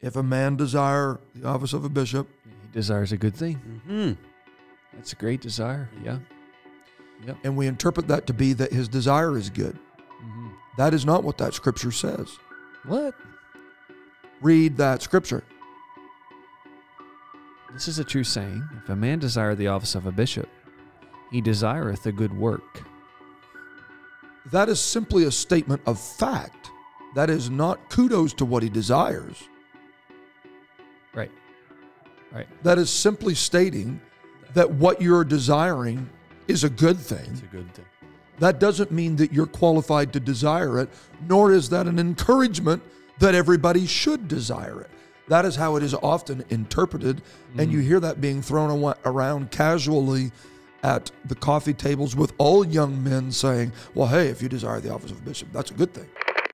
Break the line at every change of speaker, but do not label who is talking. If a man desire the office of a bishop,
He desires a good thing.
Hmm.
Mm-hmm. That's a great desire. Yeah.
and we interpret that to be that his desire is good.
Mm-hmm.
That is not what that scripture says.
What?
Read that scripture.
This is a true saying. If a man desire the office of a bishop, he desireth a good work.
That is simply a statement of fact. That is not kudos to what he desires.
Right. Right.
That is simply stating that what you're desiring is a good thing.
It's a good thing.
That doesn't mean that you're qualified to desire it, nor is that an encouragement that everybody should desire it. That is how it is often interpreted, and you hear that being thrown awa- around casually at the coffee tables with all young men saying, Well, hey, if you desire the office of bishop, that's a good thing.